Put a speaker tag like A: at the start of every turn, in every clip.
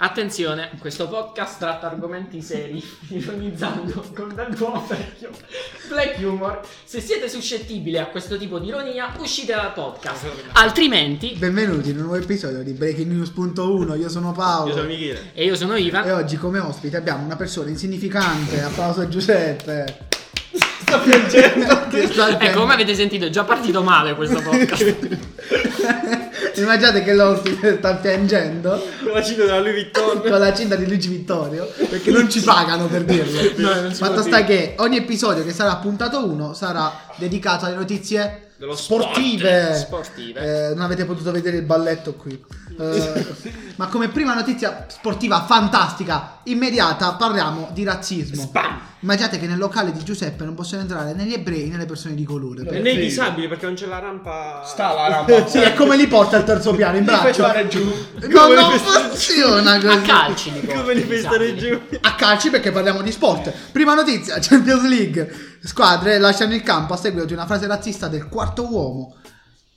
A: Attenzione, questo podcast tratta argomenti seri, ironizzando con del buon vecchio black humor. Se siete suscettibili a questo tipo di ironia, uscite dal podcast. Altrimenti,
B: Benvenuti in un nuovo episodio di Breaking News.1, io sono Paolo
C: Io sono Michele.
A: e io sono
B: e
A: Ivan.
B: oggi come ospite abbiamo una persona insignificante, applauso a Giuseppe.
C: Sto piangendo.
B: Che sta
A: Ecco, come avete sentito, è già partito male questo podcast.
B: Immaginate che l'ospite sta piangendo
C: La cito della Louis Vuitton.
B: con la cinta di Luigi Vittorio perché non ci pagano per dirlo.
A: No, non si può dire.
B: Fatto sta che ogni episodio che sarà puntato 1 sarà dedicato alle notizie
C: Dello sport.
B: sportive.
A: Sportive.
B: Eh, non avete potuto vedere il balletto qui. Eh, ma come prima notizia sportiva fantastica, immediata, parliamo di razzismo.
C: Spam.
B: Immaginate che nel locale di Giuseppe non possono entrare né gli ebrei né le persone di colore.
C: E nei disabili perché non c'è la rampa.
D: Sta la rampa.
B: Sì, e come li porta al terzo piano in
D: Fai
B: braccio?
D: fare giù.
B: No, non funziona
A: A
B: così.
A: calci li
C: Come li fai stare
A: disabili.
C: giù?
B: A calci perché parliamo di sport. Prima notizia, Champions League. Squadre lasciano il campo a seguito di una frase razzista del quarto uomo.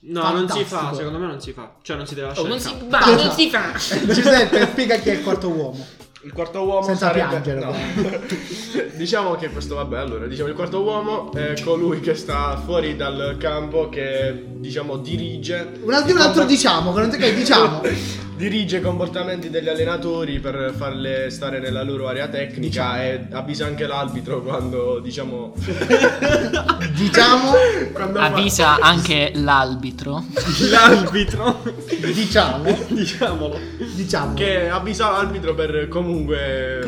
C: No, non si
B: Fantastico.
C: fa. Secondo me non si fa. Cioè, non si deve
A: Oh,
C: lasciare.
A: non
C: il
A: si
C: campo.
A: va,
B: Basta.
A: non si fa.
B: Eh, Giuseppe, spiega chi è il quarto uomo.
D: Il quarto uomo
B: Senza
D: sarebbe...
B: piangere,
E: diciamo che questo vabbè allora diciamo il quarto uomo è colui che sta fuori dal campo che diciamo dirige
B: Un altro, un altro diciamo, che non so che diciamo.
E: dirige i comportamenti degli allenatori per farle stare nella loro area tecnica e avvisa anche l'arbitro quando diciamo
B: Diciamo,
E: quando fa-
A: Avvisa anche l'arbitro.
C: L'arbitro.
B: diciamo,
C: Diciamolo.
B: diciamo.
E: che avvisa l'arbitro per comunque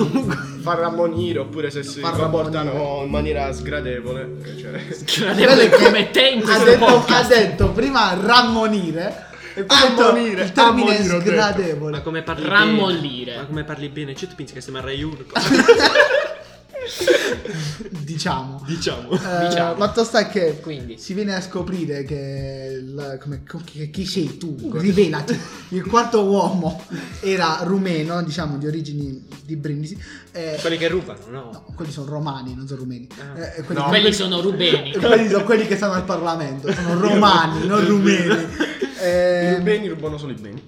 E: far ammonire oppure se si
B: Far
E: comportano in maniera sgradevole cioè
B: Quello
A: Gradevole
B: è che
A: come te in
B: ha
A: questo
B: detto, ha
A: podcast.
B: detto prima rammonire. E poi ha detto
E: Ammonire,
B: il termine
E: ammonire, ho detto.
B: sgradevole.
C: Ma come parli
A: Rammollire.
C: bene? Ma come parli bene? Cioè, tu pensi che sembra Rai Uno?
B: Diciamo.
C: diciamo.
B: Eh,
A: Diciamo.
B: Fatto sta che
A: Quindi.
B: si viene a scoprire che, il- come- co- che- chi sei tu, rivelati. Il quarto uomo era rumeno, diciamo di origini di Brindisi. Eh,
C: Quelli che rubano, no?
B: no, quelli sono romani, non sono rumeni.
C: Ah.
B: Eh, quelli
E: No,
B: che-
A: Quelli sono rubeni.
B: quelli sono quelli che stanno al Parlamento, sono romani, non rumeni.
E: i
B: Eh,
E: beni rubano solo i beni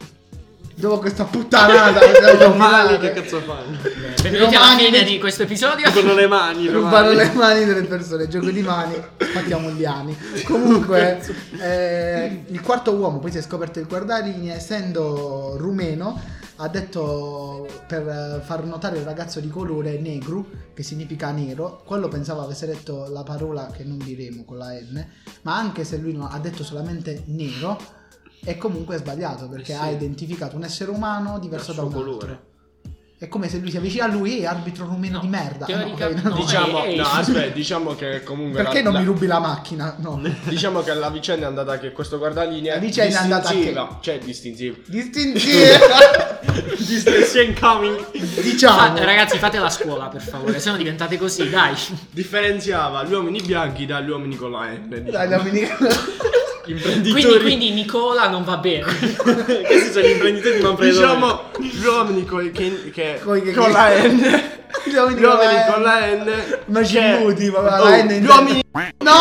B: dopo questa puttanata, devo
C: Mali,
B: terminare.
C: che cazzo fanno?
A: Benvenuti alla
B: Romani
A: fine
B: nel-
A: di questo episodio.
C: Rubano le mani.
B: Rubano
C: romani.
B: le mani delle persone, gioco di mani, spacchiamo gli anni. Comunque, eh, il quarto uomo poi si è scoperto il guardarini, essendo rumeno, ha detto per eh, far notare il ragazzo di colore negro, che significa nero, quello pensava avesse detto la parola che non diremo con la N, ma anche se lui no- ha detto solamente nero, è comunque sbagliato perché
C: Eh sì.
B: ha identificato un essere umano diverso
C: Il
B: da
C: suo
B: un
C: colore.
B: altro. È come se lui si avvicina a lui e arbitro rumeno
A: No,
B: di merda. Ah, no,
A: teorica-
B: ok,
A: no,
E: diciamo
A: ehi, ehi.
E: no aspetta diciamo che comunque
B: Perché
E: la-
B: non mi
E: la-
B: rubi la macchina? No.
E: Diciamo che la vicenda è andata che questo guardalinea
B: La vicenda è andata a che?
E: distintiva, cioè distintivo.
B: Distinzione.
C: Dyslexia incoming.
B: diciamo.
A: Fa- eh, ragazzi, fate la scuola per favore, se no diventate così, dai.
E: Differenziava gli uomini bianchi dagli uomini con la N. diciamo.
B: Dai, Domenica.
C: Imprenditori.
A: Quindi, quindi Nicola non va bene.
C: Questi sono gli imprenditori di Manfredo.
E: Diciamo gli uomini coi- che- che-
B: Coi che-
E: con la N.
B: Gli uomini
E: Gli uomini
B: con
E: con
B: la
E: la N.
B: Ma ci
E: che-
B: muti, ma la
E: Oh,
B: N in-
E: Gli uomini
B: No!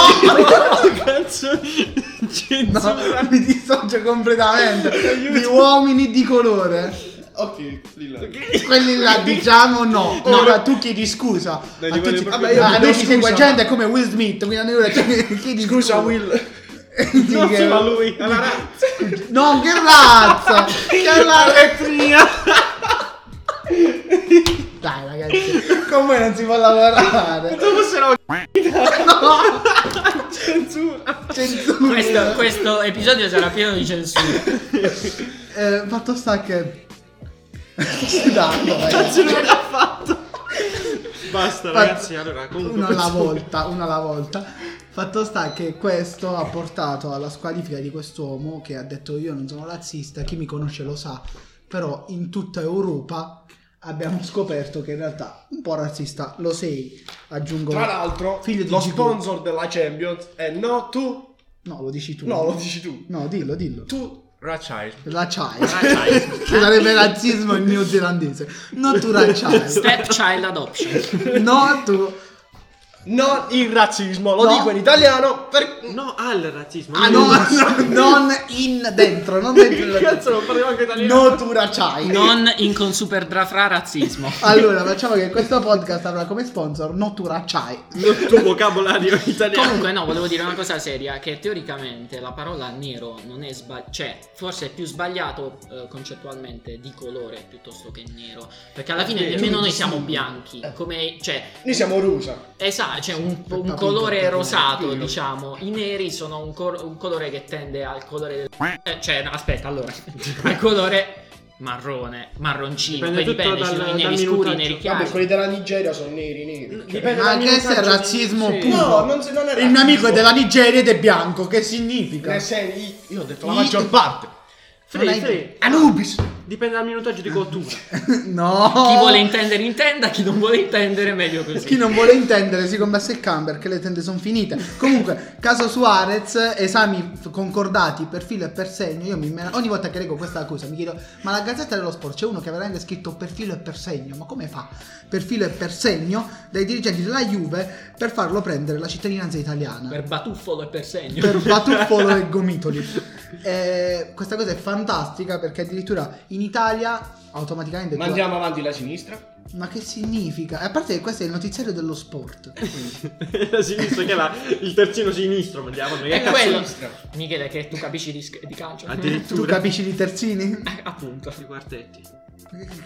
C: cazzo.
B: No,
C: Censura.
B: mi dissocio completamente. Gli uomini di colore.
E: Ok, lì là.
B: Quelli là diciamo no.
E: No.
B: Ora tu chiedi scusa.
E: Dai,
B: a
E: gli voglio
B: tutti,
E: proprio- Vabbè, io
B: a
E: chiedo
B: noi ci segue
E: scusa,
B: gente come Will Smith, quindi a noi ora chiedi chiedi
E: Scusa Will.
B: Sì,
C: Non
B: che-
C: solo lui, alla razza.
B: No, che razza! che razza Dai ragazzi, con voi non si può lavorare. No,
C: Censura.
B: censura.
A: Questo, questo episodio sarà pieno di censura.
B: Eh, fatto sta che. Sudando, ragazzi.
C: Cazzo non l'ha fatto. Basta ragazzi, allora comunque
B: Una alla
C: questo-
B: volta, una alla volta. Fatto sta che questo ha portato alla squalifica di quest'uomo che ha detto io non sono razzista, chi mi conosce lo sa, però in tutta Europa abbiamo scoperto che in realtà un po' razzista lo sei, aggiungo.
E: Tra l'altro,
B: Figlio di
E: lo
B: G2.
E: sponsor della Champions è no tu.
B: No, lo dici tu.
E: No, lo dici tu.
B: No, dillo, dillo.
E: Tu Rachai.
B: La chai. che sarebbe razzismo in neozelandese. No, tu la chai.
A: Step child adoption.
B: No, tu.
E: Non il razzismo, lo
B: No.
E: dico in italiano per...
C: No, al razzismo.
B: Ah, no, no, non in dentro, non dentro.
E: Che cazzo, non parliamo anche italiano?
B: No, tu la c'hai.
A: Non in con super drafra razzismo.
B: Allora, facciamo che questo podcast avrà come sponsor Notura Chai.
C: Il tuo vocabolario italiano.
A: Comunque, no, volevo dire una cosa seria: che teoricamente la parola nero non è sbagliata, cioè, forse è più sbagliato eh, concettualmente di colore piuttosto che nero. Perché alla fine
E: Sì,
A: nemmeno noi
B: sì.
A: siamo bianchi.
B: Eh.
A: Come, cioè,
E: Noi siamo rusa.
A: esatto, c'è un,
B: Sì,
A: un
B: appunto,
A: colore
B: appunto,
A: rosato,
E: appunto.
A: diciamo. I neri sono un, cor- un colore che tende al colore del. eh, cioè, no, aspetta, allora, al colore marrone, marroncino.
C: Dipende
A: Poi dipende,
C: tutto
A: ci sono
C: dal-
A: i neri
C: dal
A: scuri, i
C: minutaggio.
A: neri
E: Vabbè,
A: chiari.
E: quelli della Nigeria sono neri, neri. Cioè-
C: Dipende
B: Ma
C: dal
B: che se è
C: minutaggio.
B: razzismo
C: Sì.
B: puro.
E: No, non, si- non è
B: Il mio amico è
E: razzismo.
B: della Nigeria ed è bianco, che significa?
E: Nel senso, io- Io ho detto la
B: I-
E: maggior parte.
C: Free,
B: Non hai-
C: free.
E: Anubis.
C: Dipende dal minutaggio di cottura.
B: No.
A: Chi vuole intendere intenda, chi non vuole intendere meglio così.
B: Chi non vuole intendere si combasse il can perché le tende sono finite. Comunque, caso Suarez, esami f- concordati per filo e per segno. Io mi mena- ogni volta che leggo questa accusa mi chiedo: ma la gazzetta dello sport c'è uno che ha veramente scritto per filo e per segno? Ma come fa? Per filo e per segno dai dirigenti della Juve per farlo prendere la cittadinanza italiana
A: Per batuffolo e per segno.
B: per Batuffolo e Gomitoli. Eh, questa cosa è fantastica perché addirittura in Italia automaticamente.
E: Ma andiamo avanti la sinistra.
B: Ma che significa? A parte che questo è il notiziario dello sport.
C: la sinistra che è la- il terzino sinistro, ma andiamo noi.
A: È
C: Che
B: ecco,
C: cazzo-
A: quello.
E: sinistra.
A: Michele, che tu capisci di, sc- di calcio.
C: Addirittura.
B: Tu capisci di terzini?
A: Eh, Appunto.
C: I quartetti.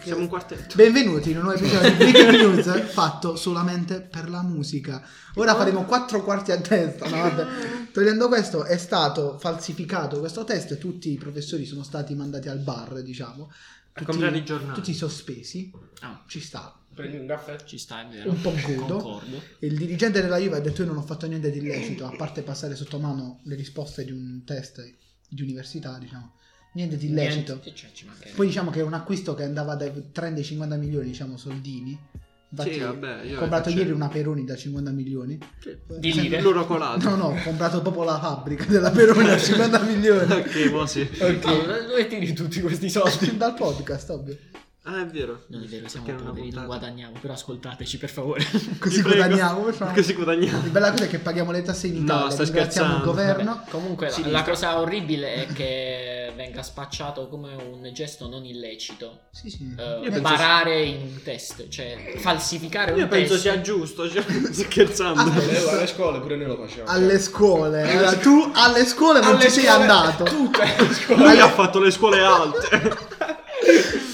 C: Siamo un quartetto.
B: Benvenuti in un nuovo episodio di Breaking News fatto solamente per la musica.
C: Oh.
B: Ora faremo quattro quarti a testa. No, vabbè. Togliendo questo, è stato falsificato questo test. Tutti i professori sono stati mandati al bar, diciamo. Tutti,
C: comprare i giornali.
B: Tutti sospesi.
A: Ah,
B: Ci sta.
E: Prendi un caffè.
A: ci sta, è vero.
B: un po' crudo.
A: Concordo.
B: Il dirigente della Juve ha detto io non ho fatto niente di illecito, a parte passare sotto mano le risposte di un test di università, diciamo. Niente di illecito.
A: Niente- cioè, ci
C: Eh.
A: mancherebbe.
B: Poi diciamo che è un acquisto che andava dai 30 ai 50 milioni, diciamo, soldini. Infatti,
C: Sì, vabbè, io
B: ho comprato
C: faccio-
B: ieri una Peroni da 50 milioni. Eh,
C: Sì.
A: Di lire.
C: Loro colato.
B: No, no, ho comprato proprio la fabbrica della Peroni a 50 milioni.
C: ok, boh, sì.
B: Ok.
A: Allora, dove tiri tutti questi soldi?
B: Dal podcast, ovvio.
C: Ah, è vero.
A: Non è vero, siamo
C: Perché non
A: poveri,
C: ho
A: non
C: votato.
A: guadagniamo, però ascoltateci per favore.
B: Così
C: Vi prego.
B: guadagniamo, per favore.
C: Così guadagniamo.
B: La bella cosa è che paghiamo le tasse in
C: No,
B: Italia,
C: stai
B: ringraziamo il
C: scherzando.
B: governo.
A: Vabbè, comunque la,
C: Sinistra.
A: la cosa orribile è che venga spacciato come un gesto non illecito.
B: Sì, sì.
A: Eh,
C: penso
A: barare in test, cioè falsificare
C: Io
A: un
C: penso
A: test.
C: sia giusto, cioè, scherzando.
B: Ah,
E: Eh, guarda, Alle scuole pure noi lo facciamo. Cioè,
B: Alle scuole. Allora, tu alle scuole non
E: Alle
B: ci sei
E: scuole-
B: andato.
E: Tutte le scuole.
C: Lui ha fatto le scuole alte.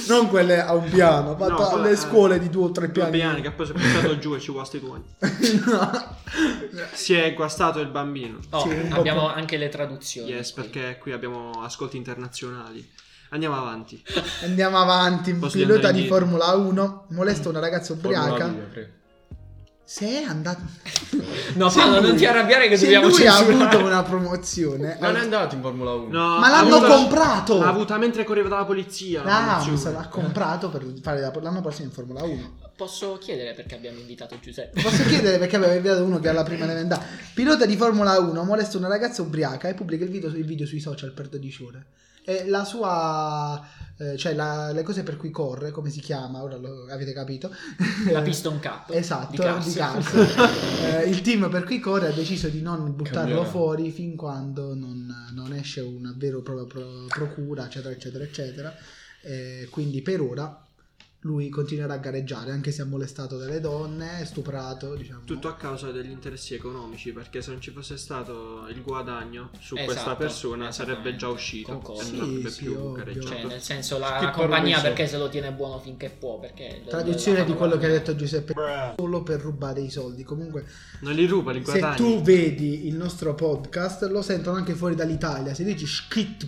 B: Non quelle a un piano, ha
C: No,
B: fatto
C: quella-
B: alle scuole di due o tre
C: Due
B: piani.
C: piani che poi si è buttato giù e ci guasta i tuoni.
B: No.
C: Si è guastato il bambino.
A: Oh,
B: Sì, un po'
A: abbiamo
B: più-
A: anche le traduzioni.
C: Yes, perché qui abbiamo ascolti internazionali. Andiamo avanti.
B: Andiamo avanti. Un
C: Posso
B: pilota
C: andare
B: di
C: indietro?
B: Formula 1 molesta una ragazza ubriaca. Se è andato.
A: No,
B: Se
A: Paolo,
B: lui-
A: non ti arrabbiare che
B: se
A: dobbiamo
B: lui ha
A: censurare.
B: avuto una promozione.
E: Non è andato in Formula 1.
C: No,
B: Ma
C: ha
B: l'hanno
C: avuto-
B: comprato! Ah,
C: L'ha avuta mentre correva dalla polizia. la
B: La
C: promozione.
B: Hamilton l'ha comprato per fare la- l'anno prossimo in Formula 1.
A: Posso chiedere perché abbiamo invitato Giuseppe?
B: Cioè, Posso chiedere perché aveva inviato uno che alla prima ne vendà. Pilota di Formula 1 molesta una ragazza ubriaca e pubblica il video, il video sui social per 12 ore. E la sua. eh, cioè, la- le cose per cui corre, come si chiama, ora lo avete capito.
A: La Piston Cup.
B: Esatto,
A: di Cars.
B: di Cars. Eh, il team per cui corre ha deciso di non buttarlo
E: Cambierà.
B: fuori fin quando non, non esce una vera e propria pro- procura, eccetera, eccetera, eccetera. Eh, quindi per ora lui continuerà a gareggiare, anche se è molestato dalle donne, è stuprato, diciamo.
C: Tutto a causa degli interessi economici, perché se non ci fosse stato il guadagno su
A: Esatto,
C: questa persona sarebbe già
A: esattamente.
C: uscito
A: Concordo.
C: e
A: Sì,
C: non avrebbe
B: sì,
C: più
B: ovvio.
C: gareggiato.
A: Cioè, nel senso, la,
E: Che
A: la compagnia
E: parole sono?
A: perché se lo tiene buono finché può. Perché
B: Traduzione di quello che ha detto Giuseppe.
C: Bruh.
B: Solo per rubare i soldi. Comunque,
C: Non li ruba, li
B: se
C: guadagni.
B: tu vedi il nostro podcast, lo sentono anche fuori dall'Italia. Se dici schit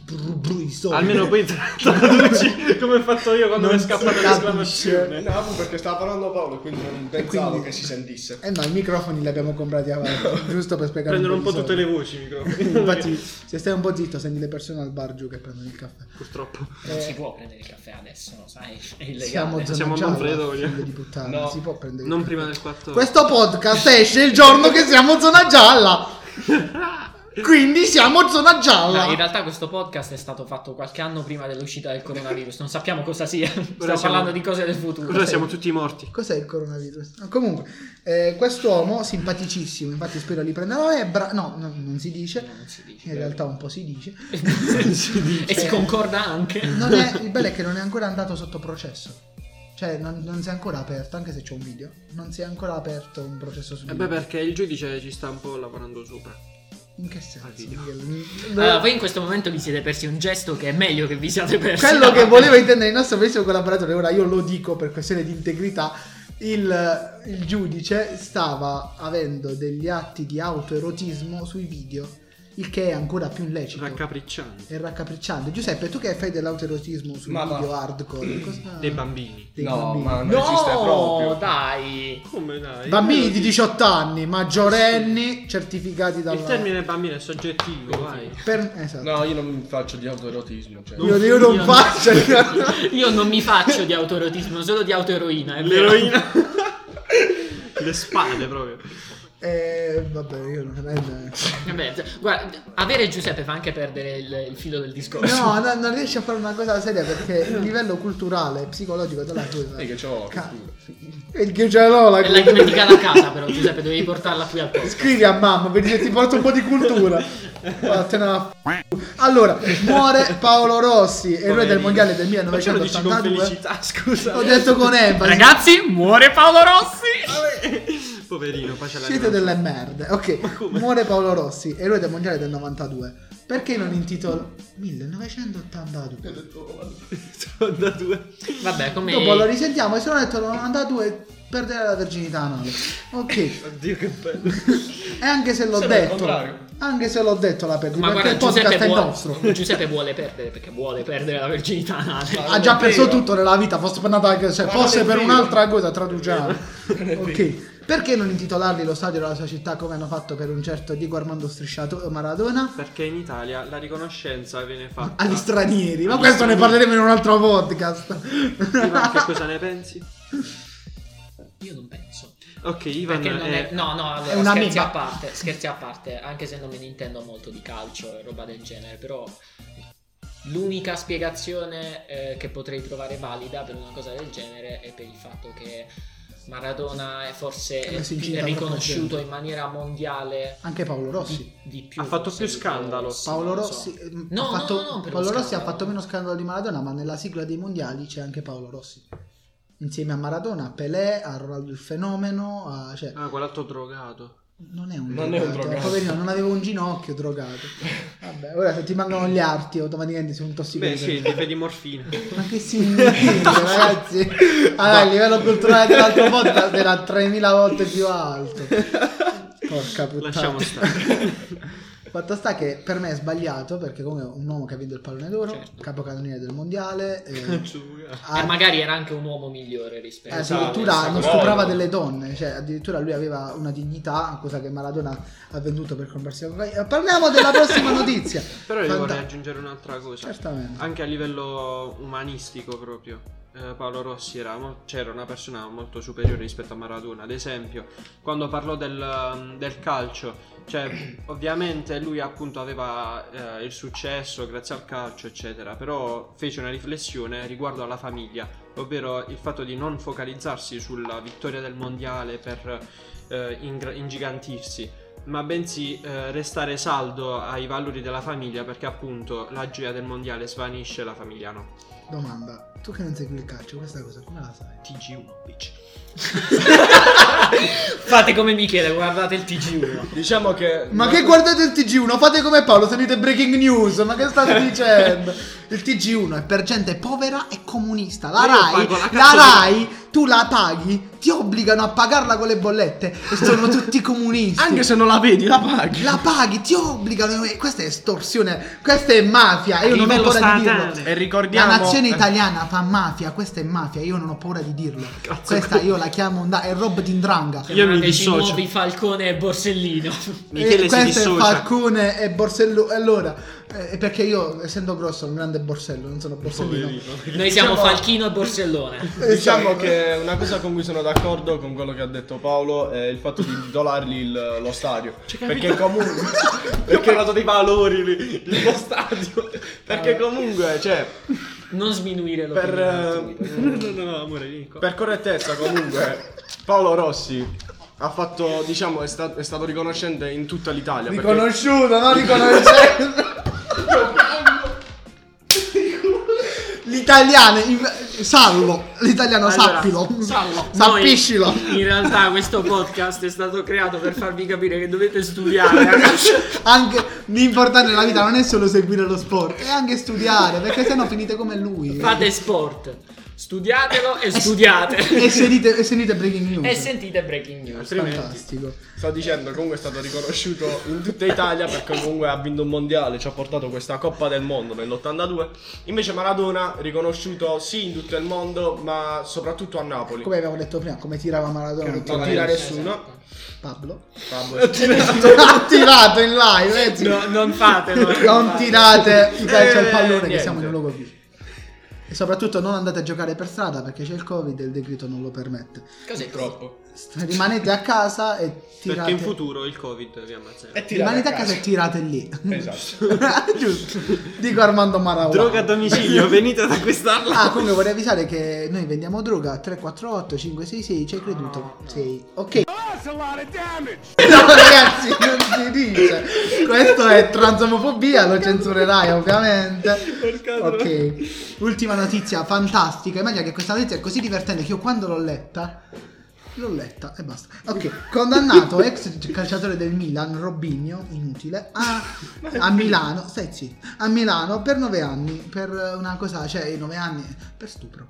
B: i soldi.
C: Almeno poi tra- traduci come ho fatto io quando mi
B: Non
C: è
B: si
C: scappata
B: capisce.
C: l'esclamazione.
E: No, appunto, perché stava parlando Paolo, quindi non pensavo
B: quindi-
E: che si sentisse.
B: Eh no, i microfoni li abbiamo comprati avanti, giusto per spiegare
C: Prendono un po'
B: di
C: tutte le
B: soldi.
C: voci, i microfoni.
B: Infatti, se stai un po' zitto, senti le persone al bar giù che prendono il caffè.
C: Purtroppo.
A: Non si
B: Eh,
A: può prendere il caffè adesso, lo sai? È illegale.
B: siamo zona
C: Siamo a
B: gialla,
C: Manfredonia.
B: figlio di puttana,
E: No,
B: si può prendere.
C: Non
B: il caffè.
C: prima del 14.
B: Questo podcast esce il giorno che siamo zona gialla. Quindi siamo zona gialla.
A: No, in realtà questo podcast è stato fatto qualche anno prima dell'uscita del coronavirus, non sappiamo cosa sia, stiamo
C: Ora siamo-
A: parlando di cose del futuro.
C: Ora siamo tutti morti.
B: Cos'è il coronavirus? Ah, Comunque, eh, quest'uomo simpaticissimo, infatti spero li prendano e bra- no, no, non si dice,
A: Non si dice.
B: in realtà un po' si dice. Eh,
A: e si concorda anche.
B: Non è- il bello è che non è ancora andato sotto processo. Cioè, non, non si è ancora aperto, anche se c'è un video, non si è ancora aperto un processo su
C: E
B: di
C: Eh, beh,
B: lui.
C: perché il giudice ci sta un po' lavorando sopra.
B: In che senso?
C: Al video. Ah,
B: Miguel? eh, Mi- lo-
A: Allora, voi in questo momento vi siete persi un gesto che è meglio che vi siate persi.
B: Quello che voleva intendere il nostro bellissimo collaboratore, ora io lo dico per questione di integrità, il, il giudice stava avendo degli atti di autoerotismo sui video, il che è ancora più illecito.
C: Raccapricciante.
B: è raccapricciante. Giuseppe, tu che fai dell'autoerotismo sui
E: Ma va.
B: video hardcore? Cosa...
C: Dei bambini.
B: dei
E: no,
B: bambini.
E: ma non esiste
A: No,
E: proprio.
A: dai.
C: Come dai?
B: Bambini di 18 anni, maggiorenni, certificati dalla...
C: Il termine bambino è soggettivo, vai.
B: Per... Esatto.
E: No, io non faccio di autoerotismo. Cioè.
B: Io, io non
A: Io-
B: faccio...
A: Io non mi faccio di autoerotismo, solo di autoeroina. È vero.
C: L'eroina. Le spade proprio.
B: eh, vabbè, io non... eh, eh.
A: Vabbè, guarda, avere Giuseppe fa anche perdere il, il filo del discorso.
B: No, no, non riesci a fare una cosa seria perché il livello culturale e psicologico della cosa.
E: Sì, che c'ho.
B: Ca- E che ce l'ho la
A: E l'hai
B: cultura.
A: dimenticata a casa, però, Giuseppe, dovevi portarla qui al posto.
B: Scrivi a mamma per dire ti porto un po' di cultura. Vattene alla f- Allora, muore Paolo Rossi, eroe del
C: Poverino.
B: mondiale del
C: Ma ce lo dici con
B: 1982.
C: felicità, scusa.
B: L'ho detto con enfasi.
A: Ragazzi, muore Paolo Rossi!
C: Poverino, pace alla
B: Siete
C: grazia.
B: delle merde. Ok, muore Paolo Rossi, eroe del mondiale del 92. Perché non intitolo 1982?
C: Sono da due.
A: Vabbè, come...
B: Dopo lo risentiamo e se non è detto 92 perdere la verginità anale. Ok.
C: Oddio che bello.
B: E anche se l'ho
E: Sembra il
B: detto,
E: contrario.
B: anche se l'ho detto la perdi,
A: Ma
B: perché
A: guarda,
B: il podcast
A: Giuseppe
B: è
A: vuole,
B: nostro.
A: Giuseppe vuole perdere, perché vuole perdere la verginità anale.
E: Ma
B: Ha già
E: non è
B: perso
E: vero.
B: tutto nella vita, fosse per, nata- cioè,
E: Ma
B: fosse
E: non è
B: per
E: vero.
B: un'altra cosa, traduciamo. ok. Perché non intitolarli lo stadio della sua città come hanno fatto per un certo Diego Armando Strisciato Maradona?
C: Perché in Italia la riconoscenza viene fatta.
B: Agli stranieri, ma
C: Agli
B: questo ne
C: stranieri.
B: parleremo in un altro podcast.
C: Ivan, che cosa ne pensi?
A: Io non penso.
C: Ok, Ivan
A: Perché non è...
C: è...
A: No, no, allora,
B: è una
A: scherzi
B: meba.
A: a parte, scherzi a parte, anche se non me ne intendo molto di calcio e roba del genere, però l'unica spiegazione eh, che potrei trovare valida per una cosa del genere è per il fatto che Maradona è forse
B: Eh, si
A: più-
B: incita
A: è
B: troppo
A: riconosciuto
B: gente.
A: in maniera mondiale
B: Anche Paolo Rossi.
A: di, di più.
C: Ha fatto
A: forse,
C: più
A: di
C: scandalo.
B: Paolo
A: non so.
B: Rossi, ehm,
A: No,
B: ha
A: no,
B: fatto,
A: no, no, per
B: Paolo
A: lo
B: Rossi ha
A: scandalo.
B: fatto meno scandalo di Maradona, ma nella sigla dei mondiali c'è anche Paolo Rossi. Insieme a Maradona, a Pelé, a Ronaldo il fenomeno, a- cioè,
C: Ah, quell'altro drogato.
B: non è un
E: Non è
B: drogato,
E: un drogato.
B: poverino, non avevo un ginocchio drogato. Vabbè, ora se ti mancano gli arti automaticamente sei un
C: Beh, sì,
B: tossicodipendente.
C: di morfina.
B: Ma che significa, ragazzi? Allora, il livello culturale dell'altro podcast era 3000 volte più alto. Porca puttana.
C: Lasciamo stare.
B: Fatto sta che per me è sbagliato perché comunque è un uomo che ha vinto il pallone d'oro,
A: Certo.
B: capocannoniere del mondiale, eh, ha-
A: E magari era anche un uomo migliore rispetto
B: Ah,
A: a
B: addirittura
E: Esatto,
B: non
E: esatto.
B: stuprava delle donne, cioè addirittura lui aveva una dignità, cosa che Maradona ha venduto per comprarsi la cocaina. Parliamo della prossima notizia.
C: Però io
B: Fanta-
C: vorrei aggiungere un'altra cosa.
B: Certamente.
C: Eh, Anche a livello umanistico proprio. eh, Paolo Rossi era, mol- cioè, era una persona molto superiore rispetto a Maradona. Ad esempio, quando parlò del, um, del calcio, cioè, ovviamente lui appunto aveva eh, il successo grazie al calcio, eccetera. Però fece una riflessione riguardo alla famiglia, ovvero il fatto di non focalizzarsi sulla vittoria del mondiale per eh, ingra- ingigantirsi, ma bensì eh, restare saldo ai valori della famiglia perché appunto la gioia del mondiale svanisce e la famiglia no.
B: Domanda, tu che non segui il calcio, questa cosa come la sai?
C: TG1, bitch.
A: Fate come Michele, guardate il TG1.
E: Diciamo che.
B: Ma
E: no,
B: che guardate il TG1? Fate come Paolo, sentite breaking news, ma che state dicendo? Il TG1 è per gente povera e comunista. La
C: Ma io
B: RAI,
C: pago la
B: la
C: cazzo di-
B: RAI, tu la paghi, ti obbligano a pagarla con le bollette e sono tutti comunisti.
E: Anche se non la vedi, la paghi.
B: La paghi, ti obbligano, e questa è estorsione, questa è mafia, io non ho
C: Livello
B: paura di
C: statale.
B: dirlo.
E: E
B: La
E: ricordiamo.
B: nazione italiana fa mafia, questa è mafia, io non ho paura di dirlo. Questa io la chiamo, un da- è Rob D'Indranga.
C: Io mi
A: Che ci
C: dissocio.
A: muovi Falcone e Borsellino.
B: E
C: Michele si
B: questo è
C: dissocia.
B: Falcone e Borsellino. Allora, eh, perché io, essendo grosso, un grande e Borsello, non sono Borsellino.
E: Poverino.
A: Noi siamo
E: Diciamo-
A: Falchino e Borsellone.
E: Diciamo che una cosa con cui sono d'accordo con quello che ha detto Paolo è il fatto di dolargli il- lo stadio. perché comunque.
C: Io ho
E: perché
C: parlato dei valori lì, dello stadio.
E: perché comunque, cioè,
A: Non sminuire l'opinione
E: per,
A: altrui.
E: eh,
C: No, no, no, amore, Nico.
E: per correttezza, comunque, Paolo Rossi ha fatto, diciamo, è, sta- è stato riconoscente in tutta l'Italia. perché-
B: Riconosciuto, no? Riconoscente. L'italiano, in- sallo, l'italiano
A: Allora,
B: sappilo,
A: sallo.
B: sappiscilo.
A: Noi, in realtà questo podcast è stato creato per farvi capire che dovete studiare, ragazzi.
B: Anche l'importante nella vita non è solo seguire lo sport, è anche studiare, perché sennò finite come lui.
A: Fate sport. Studiatelo e studiate.
B: E sentite, e sentite Breaking News.
A: e sentite Breaking News.
E: Altrimenti,
B: Fantastico.
E: sto dicendo, comunque è stato riconosciuto in tutta Italia perché comunque ha vinto un mondiale, ci ha portato questa Coppa del Mondo nell'82. Invece Maradona riconosciuto sì in tutto il mondo, ma soprattutto a Napoli.
B: Come abbiamo detto prima, come tirava Maradona, non
E: non
B: tirava
E: tira
B: nessuno.
E: nessuno.
B: Pablo.
E: Esatto. Vabbè.
B: Ha tirato in live, eh, zio.
A: No, non fatelo.
B: Non
A: fatelo. Eh,
B: tirate i calci al pallone che
E: niente.
B: siamo in un luogo chiuso. E soprattutto non andate a giocare per strada perché c'è il Covid e il decreto non lo permette.
A: Cos'è?
E: Troppo.
B: St- Rimanete a casa e tirate. Eh,
C: Perché in futuro il Covid vi ammazzerà.
B: Rimanete a casa e tirate lì.
E: Esatto.
B: Giusto. Dico Armando Marawak.
C: Droga a domicilio, venite ad acquistarla.
B: Ah, comunque vorrei avvisare che noi vendiamo droga 348 566, ci hai creduto? Sei. Ok. No, ragazzi, non si dice. Questo è transomofobia, lo censurerai ovviamente. Ok. Ultima notizia fantastica. Immagina che questa notizia è così divertente che io quando l'ho letta L'ho letta e basta. Ok, condannato ex calciatore del Milan, Robinho, inutile, a, a Milano, stai zitto, a Milano per nove anni, per una cosa, cioè i nove anni, per stupro.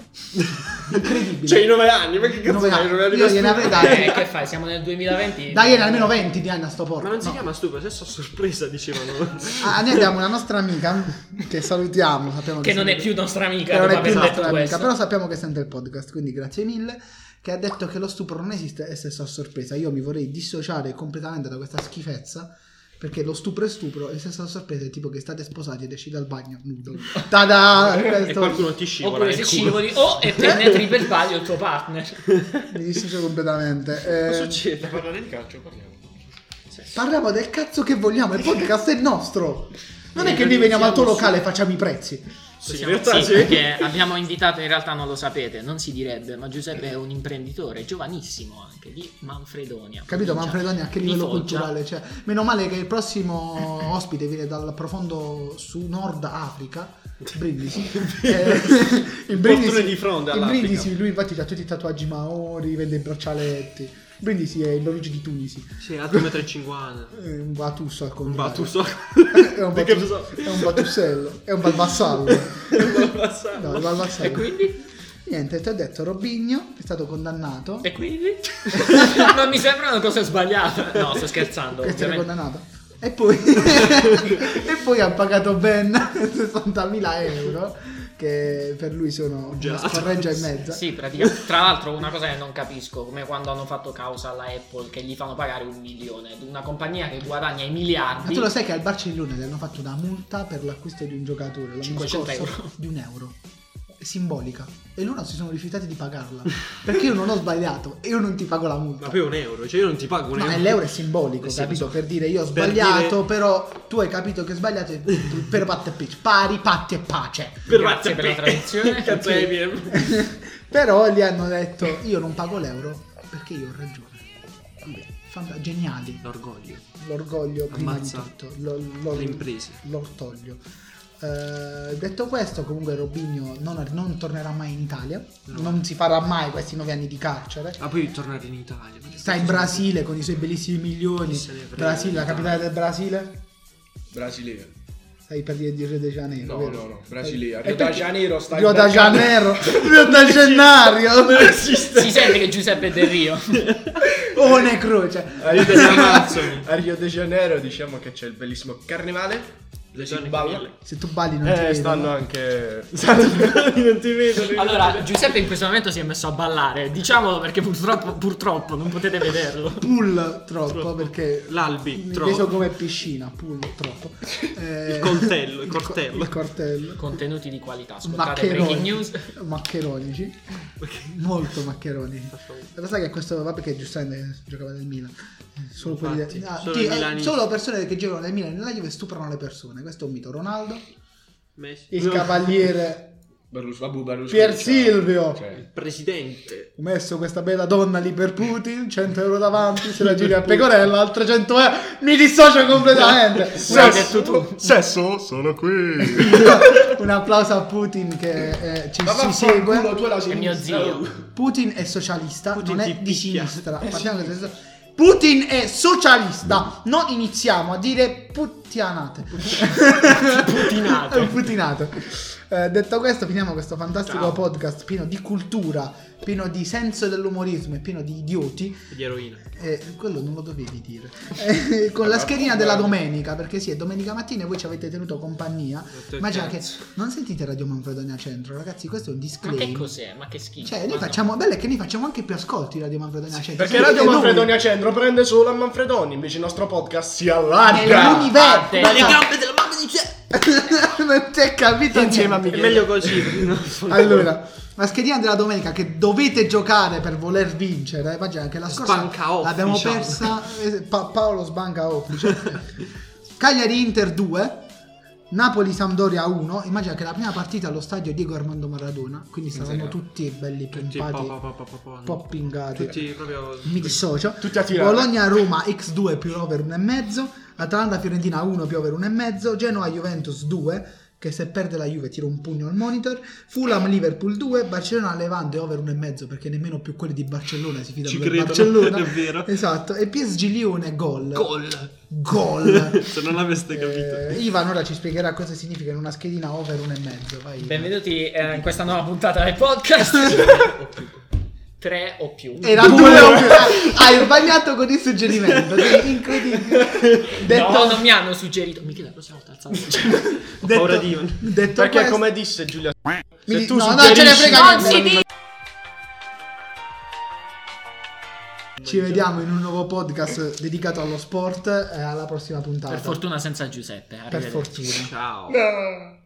B: Incredibile.
E: Cioè, i 9 anni, ma che cazzo
B: Nove
E: fai?
B: anni.
E: I nove anni
B: Io
E: per
B: gliene
E: stupro?
B: avrei
A: Eh,
B: dai.
A: che fai? Siamo nel 2020.
B: Dai, era almeno 20 di anni a sto porco.
C: Ma non si
B: no.
C: chiama stupro, se so sorpresa dicevano.
B: Ah, noi abbiamo una nostra amica che salutiamo, sappiamo
A: Che non è
B: sente-
A: più nostra amica.
B: che non
A: dopo
B: è più
A: aver detto
B: nostra amica,
A: questo.
B: però sappiamo che sente il podcast, quindi grazie mille. Che ha detto che lo stupro non esiste e stesso a sorpresa. Io mi vorrei dissociare completamente da questa schifezza. Perché lo stupro è stupro e stesso a sorpresa è tipo che state sposati ed esci dal bagno nudo. Tada!
C: E
B: Questo-
C: qualcuno ti scivola
A: Oppure
C: nel
A: se
C: culo.
A: scivoli o e penetri per sbaglio il tuo partner.
B: Mi dissocio completamente. Eh,
C: Cosa succede?
E: Parlare di calcio, parliamo.
B: parliamo del cazzo che vogliamo, il podcast è nostro. Non è che noi veniamo al tuo locale e facciamo i prezzi.
E: Sì, in
A: Possiamo-
E: realtà
A: Diciamo, sì,
E: sì.
A: perché abbiamo invitato, in realtà non lo sapete, non si direbbe, ma Giuseppe è un imprenditore giovanissimo anche di Manfredonia.
B: Capito
A: provincia
B: Manfredoni a che
A: di
B: livello
A: Foggia.
B: culturale? Cioè, meno male che il prossimo ospite viene dal profondo su Nord Africa, Brindisi. Eh, in
C: Fortuna di fronte
B: in
C: all'Africa.
B: Brindisi lui infatti ha tutti i tatuaggi maori, vende i braccialetti. Brindisi è in provincia di Tunisi.
C: Sì, alto 1,50 m.
B: È un batusso al
C: Un
B: contrario.
C: battuso.
B: è, un
C: Di che so-
B: batu- è un batussello, è un balvassallo. no, il
A: E
B: balvassallo.
A: quindi?
B: Niente, ti ho detto Robigno è stato condannato.
A: E quindi? non mi sembra una cosa sbagliata. No, sto scherzando.
B: Questo era
A: ovviamente.
B: condannato. E poi, e poi ha pagato ben 60.000 euro, che per lui sono una
C: Gelato.
B: scorreggia e mezza.
A: Sì, praticamente. Tra l'altro, una cosa che non capisco, come quando hanno fatto causa alla Apple, che gli fanno pagare un milione. Una compagnia che guadagna i
B: Ma
A: miliardi.
B: tu lo sai che al Barcellona gli hanno fatto una multa per l'acquisto di un giocatore l'anno
A: 500
B: scorso
A: euro.
B: di un euro simbolica e loro si sono rifiutati di pagarla perché io non ho sbagliato e io non ti pago la multa
C: Ma poi un euro, cioè io non ti pago un
B: No,
C: euro.
B: eh, l'euro è simbolico,
C: Sì,
B: capito?
C: lo so.
B: Per dire io ho
C: Per
B: sbagliato,
C: dire-
B: però tu hai capito che ho sbagliato e per patte e pitch, pari, patti e pace.
C: Per
A: Grazie per la traduzione.
C: Cazzo
A: Ok.
C: è mio.
B: però gli hanno detto io non pago l'euro perché io ho ragione. Vabbè, fanta- geniali.
C: L'orgoglio.
B: L'orgoglio prima
C: Ammazza
B: di tutto. Lo, lo,
C: Le imprese.
B: L'orgoglio. Eh, detto questo, comunque Robinho non, non tornerà mai in Italia,
C: No.
B: non si farà mai questi nove anni di carcere.
C: Ma Ah, poi tornare in Italia. ma che
B: Sta in
C: cazzo-
B: Brasile con i suoi bellissimi milioni.
C: Chi se ne frega
B: Brasile, la
C: dell'Italia.
B: capitale del Brasile.
E: Brasilia.
B: Stai per dire di Rio de Janeiro,
E: No,
B: vero? Eh,
E: no, no, Brasilia.
B: E
E: Rio
B: perché-
E: de Janeiro sta in
B: Rio de
E: mercato-
B: Janeiro. Rio de Janeiro. Oh,
A: Si sente che Giuseppe è del Rio.
B: One croce.
E: A Rio de
C: Delle Amazzoni.
E: A Rio de Janeiro diciamo che c'è il bellissimo carnevale.
C: le
E: Si
C: donne
E: balla.
C: camelle.
B: Se tu balli non ti
E: Eh,
B: vedono.
E: stanno anche. non ti vedo.
A: Allora, Giuseppe in questo momento si è messo a ballare. Diciamolo perché purtroppo, purtroppo non potete vederlo.
B: Pool troppo, perché
C: L'albi,
B: mi
C: troppo.
B: Inteso come piscina, pool troppo. Eh,
C: Il coltello, il
B: co-
C: cortello.
B: Il cortello.
A: Contenuti di qualità. Ascoltate Breaking
B: Maccheroni,
A: News.
B: maccheronici, molto maccheronici. Lo sai che questo va perché giustamente giocava nel Milan. Solo, quelli
C: Infatti,
B: ah,
C: solo
B: sì,
C: i
B: eh,
C: milanisti.
B: solo persone che giocano nel Milan e nella Juve stuprano le persone. Questo è un mito. Ronaldo,
C: Messi.
B: il cavaliere.
E: Berlusconi, vabbè, Berlusconi.
B: Pier
E: cioè,
B: Silvio.
E: cioè,
C: Presidente.
B: Ho messo questa bella donna lì per Putin, 100 euro davanti, se la giri a pecorella, altre 100 euro. Mi dissocio completamente.
A: Sai che tu- tu-
E: Sesso, sono qui.
B: Un applauso a Putin che eh, ci
E: Ma
B: si
E: vaffanculo,
B: segue.
E: tu alla
A: È mio
E: sinistra.
A: zio.
B: Putin è socialista,
C: Putin
B: non
C: ti
B: è di
C: picchia.
B: sinistra. Partiamo dal senso- Putin è socialista, non iniziamo a dire puttianate.
A: Putinate.
B: Eh, Putinate. Eh, detto questo, finiamo questo fantastico
C: Ciao.
B: podcast pieno di cultura, pieno di senso dell'umorismo e pieno di idioti.
C: Di eroina.
B: Eh, quello non lo dovevi dire. Eh, con la
E: Allora,
B: schedina della
E: guarda.
B: domenica, perché sì, è domenica mattina e voi ci avete tenuto compagnia.
C: Detto il
B: Immagina che
C: cazzo.
B: non sentite Radio Manfredonia Centro, ragazzi, questo è un
A: Ma che
B: disclaimer.
A: cos'è? Ma che schifo.
B: Cioè,
A: Ma
B: noi
A: no.
B: facciamo, bello è che noi facciamo anche più ascolti Radio Manfredonia Centro.
E: Perché
B: Sentite
E: Radio
B: noi.
E: Manfredonia Centro prende solo a Manfredoni, invece il nostro podcast si allarga.
B: Nell'universo.
A: Dai, le gambe
C: della mamma di Giuseppe.
B: non ti è capito
E: Insieme a
B: niente.
C: È
E: Michele.
C: meglio così. no?
B: Allora, la schedina della domenica che dovete giocare per voler vincere. Immagina anche la scorsa
C: Sbanca off,
B: l'abbiamo
C: diciamo.
B: persa. eh, Pa- Paolo sbanca off. diciamo. Cagliari Inter 2. Napoli Sampdoria 1. Immagina che la prima partita allo stadio Diego Armando Maradona. Quindi saranno
E: Esatto.
B: tutti belli
C: Tutti
B: pompati,
C: pa- pa- pa- pa- pa- pa-
B: poppingati.
C: Tutti proprio.
B: Mi dissocio.
E: Tutti a tirare.
B: Bologna-Roma x2 più over 1,5. Atalanta-Fiorentina 1 più over 1,5. Genoa-Juventus 2. Che se perde la Juve tira un pugno al monitor. Fulham-Liverpool 2. Barcellona-Levante over 1,5. Perché nemmeno più quelli di Barcellona si fidano
C: Ci
B: del
C: credono,
B: Barcellona.
C: è vero.
B: Esatto. E PSG-Lione gol.
C: Gol.
B: Gol.
C: Se non l'aveste capito.
B: Eh, Ivan ora ci spiegherà cosa significa in una schedina over 1,5. Vai. Ivan.
A: Benvenuti eh, in questa nuova puntata del podcast. Tre o più.
B: Era due o più. Ah, Hai sbagliato con il suggerimento. Sei incredibile. Detto,
A: No, non mi hanno suggerito. Michele, la prossima volta alzando il cenno.
C: Ho
B: detto-
C: paura di Ivan.
B: detto
E: Perché
B: questo-
E: come disse Giulia,
B: Mi-
E: se tu
B: no, no,
E: suggerisci-
B: ce ne frega
A: Non si dice.
B: Ci vediamo in un nuovo podcast dedicato allo sport. eh, alla prossima puntata.
A: Per fortuna senza Giuseppe.
B: Per
A: arrivederci.
B: fortuna.
C: Ciao.
E: No.